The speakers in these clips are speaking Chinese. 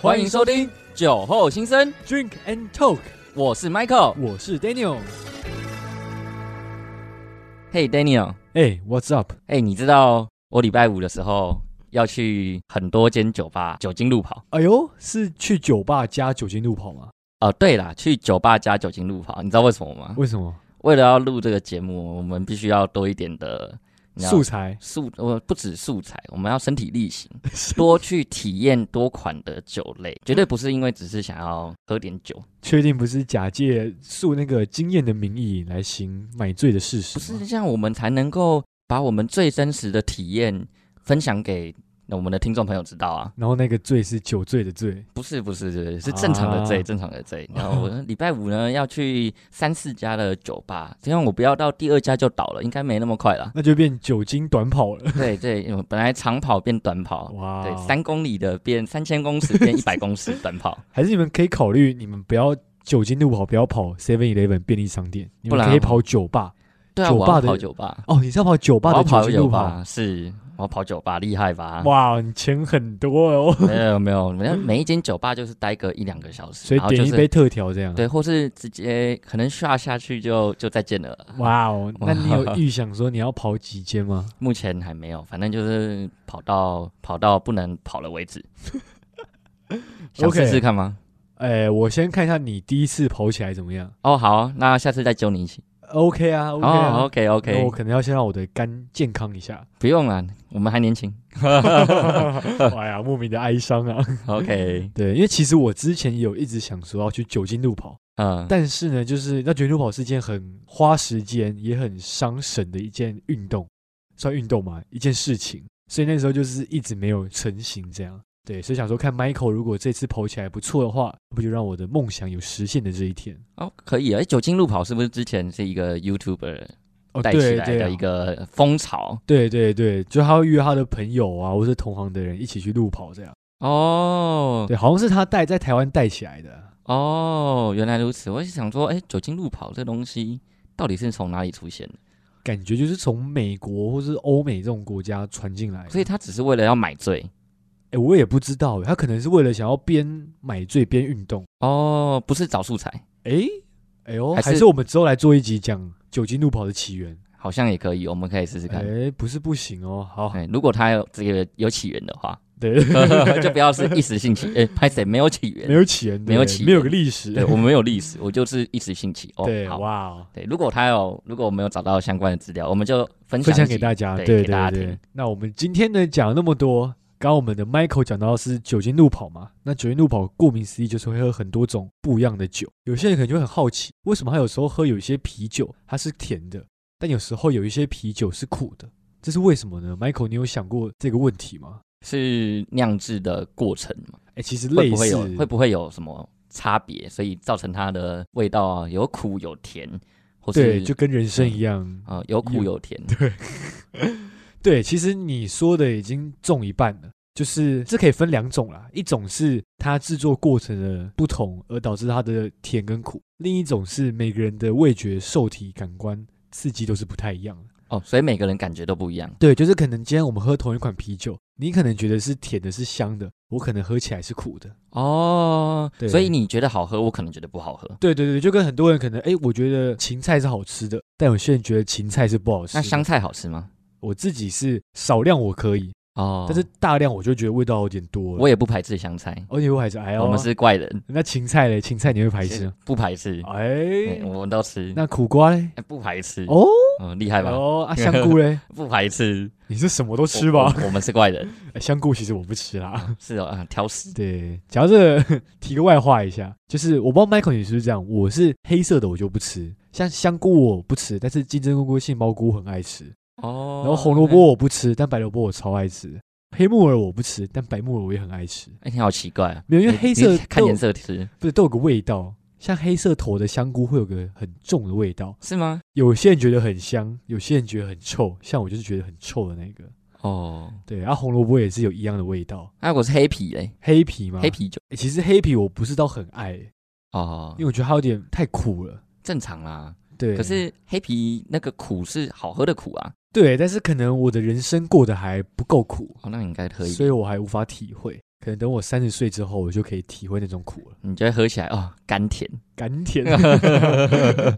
欢迎收听酒后心声， Drink and Talk，我是 Michael。我是 Daniel。 Hey Daniel，哎、w h a t s up？哎、你知道我礼拜五的时候要去很多间酒吧酒精路跑哎呦，是去酒吧加酒精路跑吗？哦。对啦，去酒吧加酒精路跑，你知道为什么吗？为什么？为了要录这个节目，我们必须要多一点的你知道素材素，呃，不止素材，我们要身体力 行，多去体验多款的酒类，绝对不是因为只是想要喝点酒，确定不是假借素那个经验的名义来行买醉的事实不吗？是这样，我们才能够把我们最真实的体验分享给我们的听众朋友知道啊。然后那个醉是酒醉的醉，不是不是是是正常的醉，啊。正常的醉。然后我礼拜五呢要去三四家的酒吧，这样我不要到第二家就倒了，应该没那么快了 那就变酒精短跑了。对对，我本来长跑变短跑，哇，哦对，三公里的变三千公尺变一百公尺短 跑，还是你们可以考虑，你们不要酒精路跑，不要跑 Seven Eleven 便利商店，你不们然可以跑酒吧。对啊，酒我吧要的跑酒吧，哦，你是要跑酒我吧要的跑酒精酒路跑？吧，是我要跑酒吧，厉害吧？哇，你钱很多哦， 没有没有，每每一间酒吧就是待个一两个小时，所以然后就点一是杯特调这样。对，或是直接可能刷下去就就再见了。哇哦，哇那你有预想说你要跑几间吗？目前还没有，反正就是跑到跑到不能跑了 为止。想 OK 试试看吗？哎，我先看一下你第一次跑起来怎么样。哦，好啊，那下次再揪你一起。 OK 啊，OK 哦啊，OK 那 OK，我可能要先让我的肝健康一 下。不用了，我们还年轻。哎呀，莫名的哀伤啊。 OK，对，因为其实我之前也有一直想说要去酒精路跑，嗯，但是呢，就是那酒精路跑是一件很花时间也很伤神的一件运动，算运动嘛，一件事情。所以那时候就是一直没有成型这样。对，所以想说看 Michael 如果这次跑起来不错的话，不就让我的梦想有实现的这一天？哦，可以啊。哎，酒精路跑是不是之前是一个 YouTuber 哦，带起来对的一，个风潮？对啊对对对，就他会约他的朋友啊，或是同行的人一起去路跑这样。哦对，好像是他带在台湾带起来的。哦，原来如此。我是想说，哎，酒精路跑这东西到底是从哪里出现的？感觉就是从美国或是欧美这种国家传进来的，所以他只是为了要买醉。哎、我也不知道，他可能是为了想要边买醉边运动。哦，不是找素材，哎、哎呦，还还是是我们之后来做一集讲酒精路跑的起源。好像也可以，我们可以试试哎、看。不是不行哦，好，哎，如果它有这个有起源的话， 对， 就不要是一时兴起。哎，拍谁没有起没源？有起源，对没有起源没有个历史，对，我们没有历史，我就是一时兴起。哦对，，好。哇哦，对，如果他有，如果我们有找到相关的资料，我们就分享分一享集给大家，对对给大对家听对。那我们今天呢讲了那么多，刚刚我们的 Michael 讲到的是酒精路跑嘛，那酒精路跑顾名思义就是会喝很多种不一样的酒，有些人可能就会很好奇，为什么他有时候喝有一些啤酒它是甜的，但有时候有一些啤酒是苦的，这是为什么呢？Michael，你有想过这个问题吗？是酿制的过程嘛，哎，其实会类不会似有会不会有什么差别？所以造成它的味道啊有苦有甜，或是对，就跟人生一样，啊有苦有 有甜。对，其实你说的已经中一半了，就是这可以分两种啦，一种是它制作过程的不同而导致它的甜跟苦，另一种是每个人的味觉、受体、感官刺激都是不太一样的。哦，所以每个人感觉都不一样。对，就是可能今天我们喝同一款啤酒，你可能觉得是甜的，是香的，我可能喝起来是苦的。哦，对所以你觉得好喝，我可能觉得不好喝。对对对，就跟很多人可能，哎，我觉得芹菜是好吃的，但有些人觉得芹菜是不好吃的。那香菜好吃吗？我自己是少量我可以，哦，但是大量我就觉得味道有点多了。我也不排斥香菜，而且我还是哎呦，我们是怪人，那芹菜嘞？芹菜你会排斥吗？不排斥，哎哎，我们都吃，那苦瓜嘞？哎不排斥，哦，嗯，厉害吧？哦啊，香菇 嘞？不排斥，你是什么都吃我吧？？我我们是怪人，哎香菇其实我不吃啦。 是哦，啊挑食。对，讲到这个提个外话一下，就是我不知道 Michael 你是不是这样，我是黑色的我就不吃，像香菇我不吃，但是金针菇、杏鲍菇很爱吃，哦，然后红萝卜我不吃，但白萝卜我超爱吃，黑木耳我不吃，但白木耳我也很爱吃，哎，哎，你好奇怪啊，没有因为你黑色你看豆颜色吃不是都有个味道，像黑色头的香菇会有个很重的味道。是吗？有些人觉得很香，有些人觉得很臭，像我就是觉得很臭的那个。哦，对，然、后红萝卜也是有一样的味道，那我是黑啤嘞，黑皮嘛，黑啤酒诶、其实黑皮我不是到很爱、哦因为，我觉得它有点太苦了。正常啦。对，可是黑啤那个苦是好喝的苦啊，对，但是可能我的人生过得还不够苦，哦，那你应该喝一点所以我还无法体会。可能等我三十岁之后，我就可以体会那种苦了。你就会喝起来哦，甘甜，甘甜，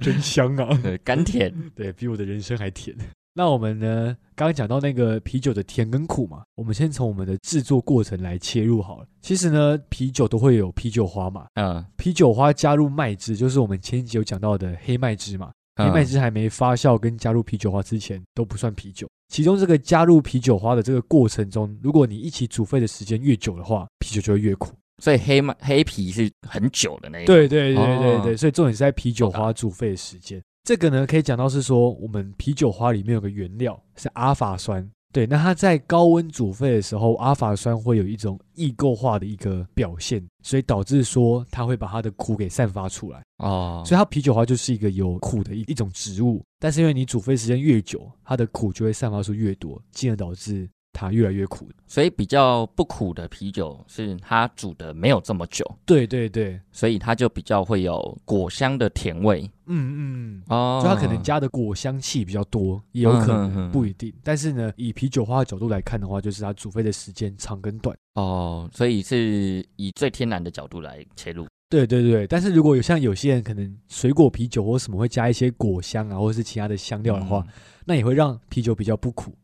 真香啊！对，甘甜，对比我的人生还甜。那我们呢？刚刚讲到那个啤酒的甜跟苦嘛，我们先从我们的制作过程来切入好了。其实呢，啤酒都会有啤酒花嘛，嗯，啤酒花加入麦汁，就是我们前几集有讲到的黑麦汁嘛。黑嗯麦汁还没发酵跟加入啤酒花之前都不算啤酒。其中这个加入啤酒花的这个过程中，如果你一起煮沸的时间越久的话，啤酒就会越苦。所以黑麦黑啤是很久的那一种，对对对对对，哦所以重点是在啤酒花煮沸的时间。这个呢，可以讲到是说，我们啤酒花里面有个原料是阿法酸。对，那它在高温煮沸的时候，阿法酸会有一种异构化的一个表现，所以导致说它会把它的苦给散发出来。哦，所以它啤酒花就是一个有苦的一一种植物，但是因为你煮沸时间越久，它的苦就会散发出越多，进而导致它越来越苦。所以比较不苦的啤酒是它煮的没有这么久，对对对，所以它就比较会有果香的甜味嗯嗯，哦就它可能加的果香气比较多，也有可嗯能嗯嗯不一定。但是呢，以啤酒花的角度来看的话，就是它煮沸的时间长跟短。哦，所以是以最天然的角度来切入，对对对，但是如果有像有些人可能水果啤酒或什么会加一些果香啊，或者是其他的香料的话，嗯那也会让啤酒比较不苦，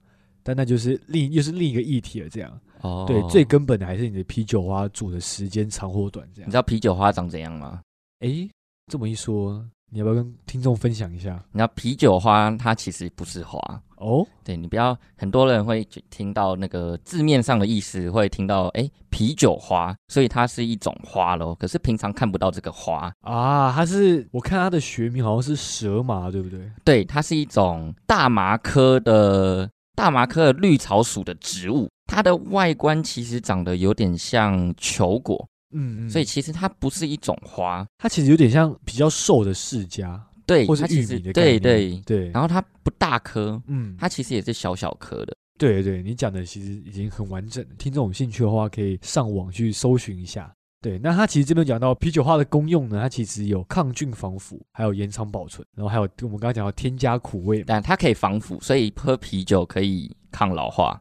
但那就是另又是另一个议题了。这样，嗯哦对，最根本的还是你的啤酒花煮的时间长或短这你样知。道啤酒花长怎样吗？诶，这么一说，你要不要跟听众分享一下？你知道啤酒花它其实不是花，哦，对你不要，很多人会去听到那个字面上的意思，会听到哎啤酒花，所以它是一种花咯。可是平常看不到这个花，啊，它是我看它的学名好像是蛇麻，对不对？对，它是一种大麻科的大麻科的绿草属的植物。它的外观其实长得有点像球果，嗯嗯，所以其实它不是一种花，它其实有点像比较瘦的释迦，对，或是它其玉实米的概对念对。对，然后它不大颗，嗯，它其实也是小小颗的。对对，你讲的其实已经很完整了。听众有兴趣的话，可以上网去搜寻一下。对，那它其实这边讲到啤酒花的功用呢，它其实有抗菌、防腐，还有延长保存，然后还有我们刚刚讲到添加苦味嘛。但它可以防腐，所以喝啤酒可以抗老化。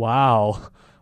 哇哦，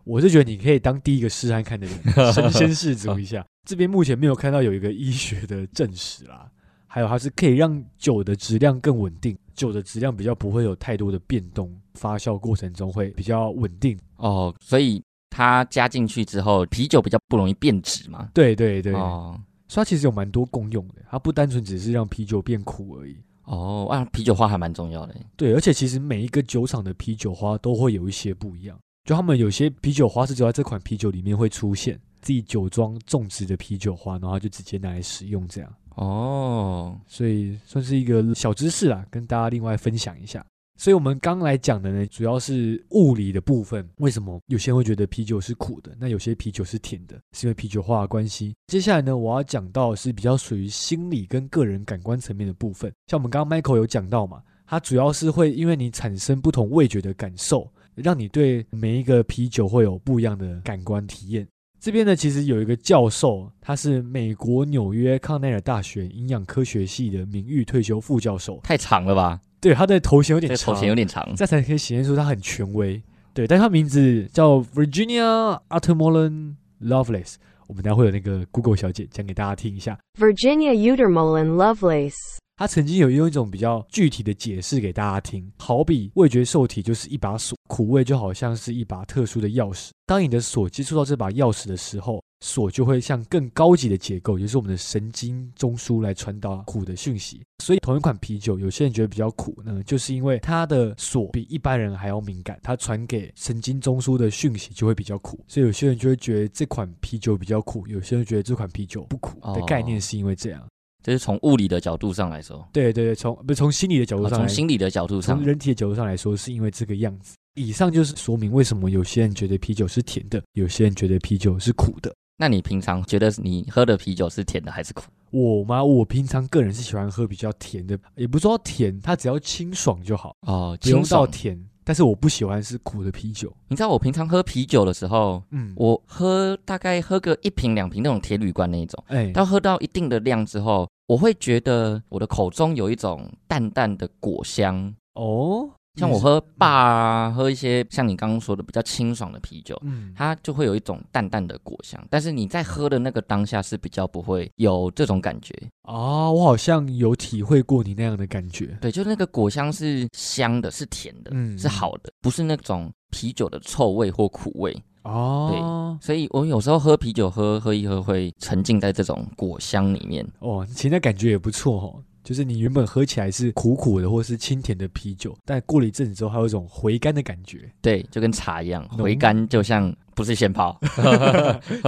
我是觉得你可以当第一个试探看的人，身先士卒一下。这边目前没有看到有一个医学的证实啦，还有它是可以让酒的质量更稳定，酒的质量比较不会有太多的变动，发酵过程中会比较稳定。哦，所以它加进去之后，啤酒比较不容易变质嘛。对对对，哦所以它其实有蛮多功用的，它不单纯只是让啤酒变苦而已。哦，啊，啤酒花还蛮重要的。对，而且其实每一个酒厂的啤酒花都会有一些不一样，就他们有些啤酒花是只有在这款啤酒里面会出现，自己酒庄种植的啤酒花，然后它就直接拿来使用这样，哦，所以算是一个小知识啦，跟大家另外分享一下。所以我们刚来讲的呢，主要是物理的部分。为什么有些人会觉得啤酒是苦的，那有些啤酒是甜的，是因为啤酒化的关系。接下来呢，我要讲到的是比较属于心理跟个人感官层面的部分。像我们刚刚 Michael 有讲到嘛，它主要是会因为你产生不同味觉的感受，让你对每一个啤酒会有不一样的感官体验。这边呢，其实有一个教授，他是美国纽约康奈尔大学营养科学系的名誉退休副教授。太长了吧？对，他的头衔有这点个长，头衔有点长。这样才可以显现出他很权威。对，但他名字叫 Virginia Uttermolen Lovelace。我们等一下会有那个 Google 小姐讲给大家听一下。 Virginia Utermolen Lovelace. 他曾经有用一种比较具体的解释给大家听，好比味觉受体就是一把锁，苦味就好像是一把特殊的钥匙。当你的锁接触到这把钥匙的时候，锁就会向更高级的结构，也就是我们的神经中枢来传达苦的讯息。所以同一款啤酒，有些人觉得比较苦呢，就是因为它的锁比一般人还要敏感，它传给神经中枢的讯息就会比较苦。所以有些人就会觉得这款啤酒比较苦，有些人觉得这款啤酒不苦的概念哦是因为这样。这是从物理的角度上来说，对对对，从不是从心理的角度哦上来，从心理的角度上从，人体的角度上来说，是因为这个样子。以上就是说明为什么有些人觉得啤酒是甜的，有些人觉得啤酒是苦的。那你平常觉得你喝的啤酒是甜的还是苦？我嘛，我平常个人是喜欢喝比较甜的，也不说甜，它只要清爽就好，哦，不用清到爽。甜。但是我不喜欢是苦的啤酒。你知道我平常喝啤酒的时候，嗯，我喝大概喝个一瓶两瓶那种铁铝罐那一种。哎，到喝到一定的量之后，我会觉得我的口中有一种淡淡的果香，哦，像我喝霸啊，喝一些像你刚刚说的比较清爽的啤酒，嗯，它就会有一种淡淡的果香，但是你在喝的那个当下是比较不会有这种感觉。哦，我好像有体会过你那样的感觉，对，就是那个果香是香的，是甜的，嗯是好的，不是那种啤酒的臭味或苦味。哦，所以我有时候喝啤酒喝喝一喝会沉浸在这种果香里面。哦，其实那感觉也不错哦。就是你原本喝起来是苦苦的或是清甜的啤酒，但过了一阵子之后，还有一种回甘的感 觉，对，就跟茶一样，浓回甘就像不是现泡。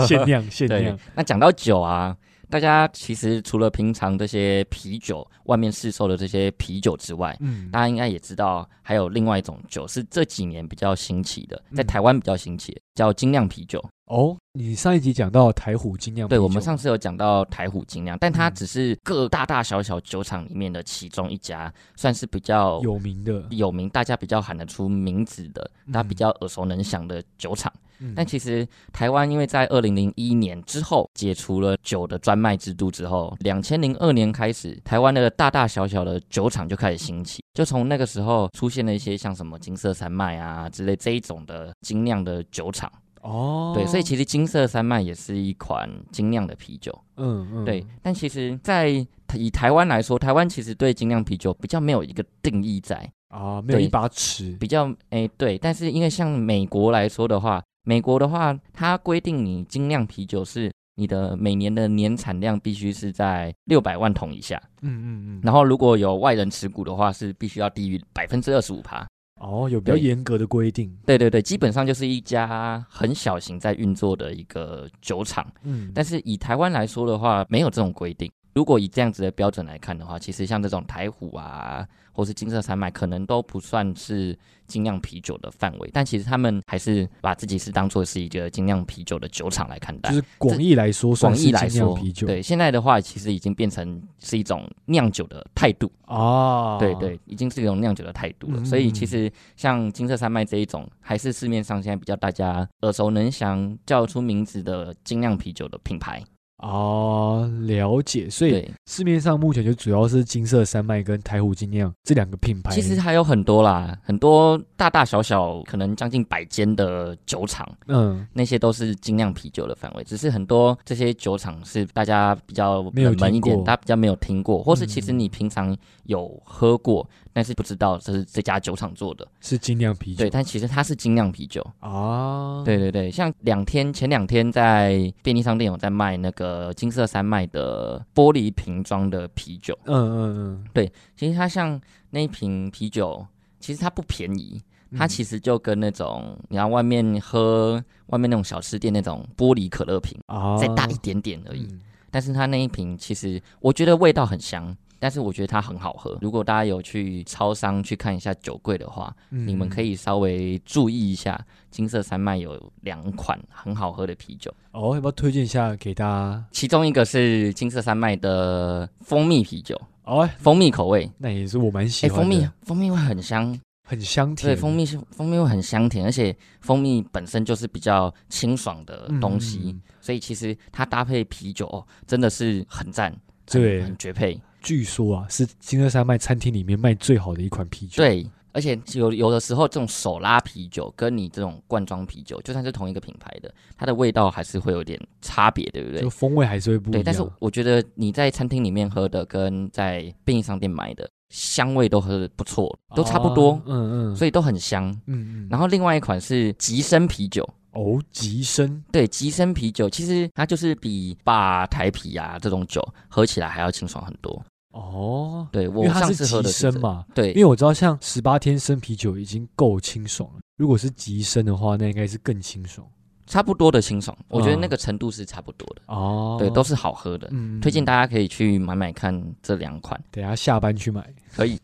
限量限对量，，那讲到酒啊，大家其实除了平常这些啤酒外面市售的这些啤酒之外，嗯大家应该也知道，还有另外一种酒是这几年比较兴起的，在嗯台湾比较兴起的，叫精酿啤酒。哦，你上一集讲到台虎精酿啤酒，对，我们上次有讲到台虎精酿，但它嗯只是各大大小小酒厂里面的其中一家，算是比较有名的，有名，大家比较喊得出名字的，大家比较耳熟能详的酒厂。嗯但其实台湾因为在二零零一年之后解除了酒的专卖制度之后，两千零二年开始，台湾的大大小小的酒厂就开始兴起，就从那个时候出现了一些像什么金色山脉啊之类这一种的精酿的酒厂。哦，对，所以其实金色山脉也是一款精酿的啤酒。嗯嗯对，但其实，在以台湾来说，台湾其实对精酿啤酒比较没有一个定义在。啊，没有对一把尺，比较诶，对，但是因为像美国来说的话，美国的话，它规定你精酿啤酒是你的每年的年产量必须是在六百万桶以下，嗯嗯嗯，然后如果有外人持股的话，是必须要低于百分之二十五趴。哦，有比较对严格的规定，对对对，基本上就是一家很小型在运作的一个酒厂，嗯，但是以台湾来说的话，没有这种规定。如果以这样子的标准来看的话，其实像这种台虎啊，或是金色山脉，可能都不算是精酿啤酒的范围。但其实他们还是把自己是当做是一个精酿啤酒的酒厂来看待。就是广义来说，算广是义来精酿说啤，酒，对现在的话，其实已经变成是一种酿酒的态度。啊，对对，已经是一种酿酒的态度了。嗯所以其实像金色山脉这一种，还是市面上现在比较大家耳熟能详、叫得出名字的精酿啤酒的品牌。啊，了解，所以对市面上目前就主要是金色山脉跟台虎精酿这两个品牌，其实还有很多啦，很多大大小小可能将近百间的酒厂，嗯，那些都是精酿啤酒的范围。只是很多这些酒厂是大家比较没有冷门一听点过，大家比较没有听过，或是其实嗯你平常有喝过，但是不知道这是这家酒厂做的。是精酿啤酒对，但其实它是精酿啤酒。啊，对对对，像两天前两天在便利商店有在卖那个金色山脉的玻璃瓶装的啤酒，嗯，嗯其实它像那一瓶啤酒，其实它不便宜，嗯，它其实就跟那种你要外面喝外面那种小吃店那种玻璃可乐瓶啊再大一点点而已，嗯但是它那一瓶其实我觉得味道很香。但是我觉得它很好喝。如果大家有去超商去看一下酒柜的话，嗯你们可以稍微注意一下，金色山脉有两款很好喝的啤酒，哦，要不要推荐一下给大家？其中一个是金色山脉的蜂蜜啤酒，哦，蜂蜜口味。那也是我蛮喜哎、欢的，蜂蜜蜂蜜会很香，很香甜，对，蜂蜜是蜂蜜会很香甜，而且蜂蜜本身就是比较清爽的东西，嗯所以其实它搭配啤酒、哦、真的是很赞，很对很绝配。据说啊，是金色山脉餐厅里面卖最好的一款啤酒。，对，而且有有的时候这种手拉啤酒跟你这种罐装啤酒，就算是同一个品牌的，它的味道还是会有点差别，对不对就？风味还是会不一对，样。但是我觉得你在餐厅里面喝的跟在便利商店买的香味都喝的不错，都差不多，哦嗯嗯，所以以都很香。嗯嗯，然后后另外一款是吉生啤酒，哦，极深对，吉生啤酒其实它就是比霸台啤啊这种酒喝起来还要清爽很多。哦，对因我为它上是次喝极的是这深个，嘛，因对为我知道像十八天生啤酒已经够清爽了，如果是极深的话，那应该是更清爽差不多的清爽，我觉得那嗯个程度是差不多的，哦。对，都是好喝的。嗯推荐家大家可以去买买看这两款，等一下下班去买可以。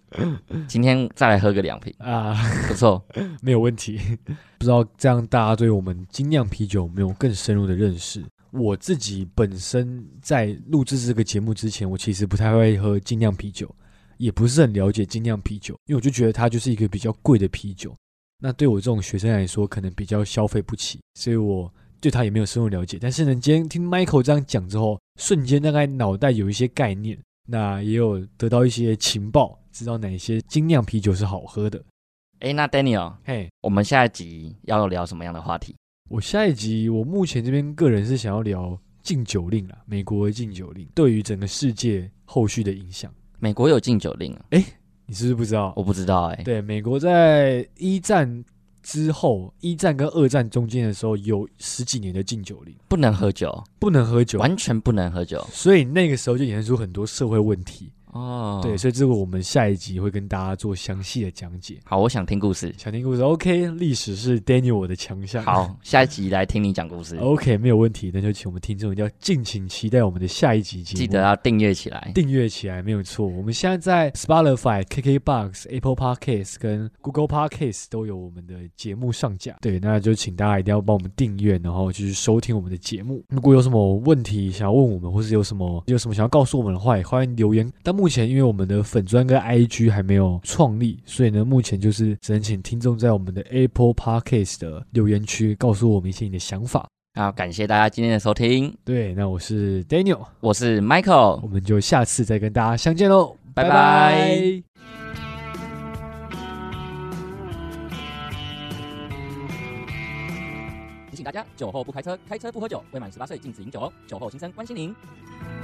今天再来喝个两瓶，啊，不错。没有问题。不知道这样大家对我们精酿啤酒有没有更深入的认识？我自己本身在录制这个节目之前，我其实不太会喝精酿啤酒，也不是很了解精酿啤酒，因为我就觉得它就是一个比较贵的啤酒。那对我这种学生来说，可能比较消费不起，所以我对它也没有深入了解。但是呢，今天听 Michael 这样讲之后，瞬间大概脑袋有一些概念，那也有得到一些情报，知道哪些精酿啤酒是好喝的。哎、哎，那 Daniel，嘿，我们下一集要聊什么样的话题？我下一集我目前这边个人是想要聊禁酒令啦，美国的禁酒令对于整个世界后续的影响，美国有禁酒令啊？你是不是不知道？我不知道哎、对，美国在一战之后，一战跟二战中间的时候有十几年的禁酒令，不能喝酒，不能喝酒，完全不能喝酒所以那个时候就衍生出很多社会问题。哦。对，，所以这个我们下一集会跟大家做详细的讲解。好，我想听故事。想听故事，OK，历史是 Daniel 我的强项。好，下一集来听你讲故事， ，OK，没有问题。那就请我们听众一定要敬请期待我们的下一集节目。记得要订阅起来。订阅起来没有错。我们现在在 Spotify、KKBox、Apple Podcasts 跟 Google Podcasts 都有我们的节目上架。对，那就请大家一定要帮我们订阅，然后就是收听我们的节目。如果有什么问题想要问我们，或是有什么有什么想要告诉我们的话，也欢迎留言。但目前因为我们的粉砖跟 IG 还没有创立，所以呢，目前就是只能请听众在我们的 Apple Podcasts 的留言区告诉我们一些你的想法。好，感谢大家今天的收听，对，那我是 Daniel，我是 Michael，我们就下次再跟大家相见喽，拜拜拜拜提醒大家：酒后不开车，开车不喝酒。未满十八岁禁止饮酒哦。酒后心生关心您。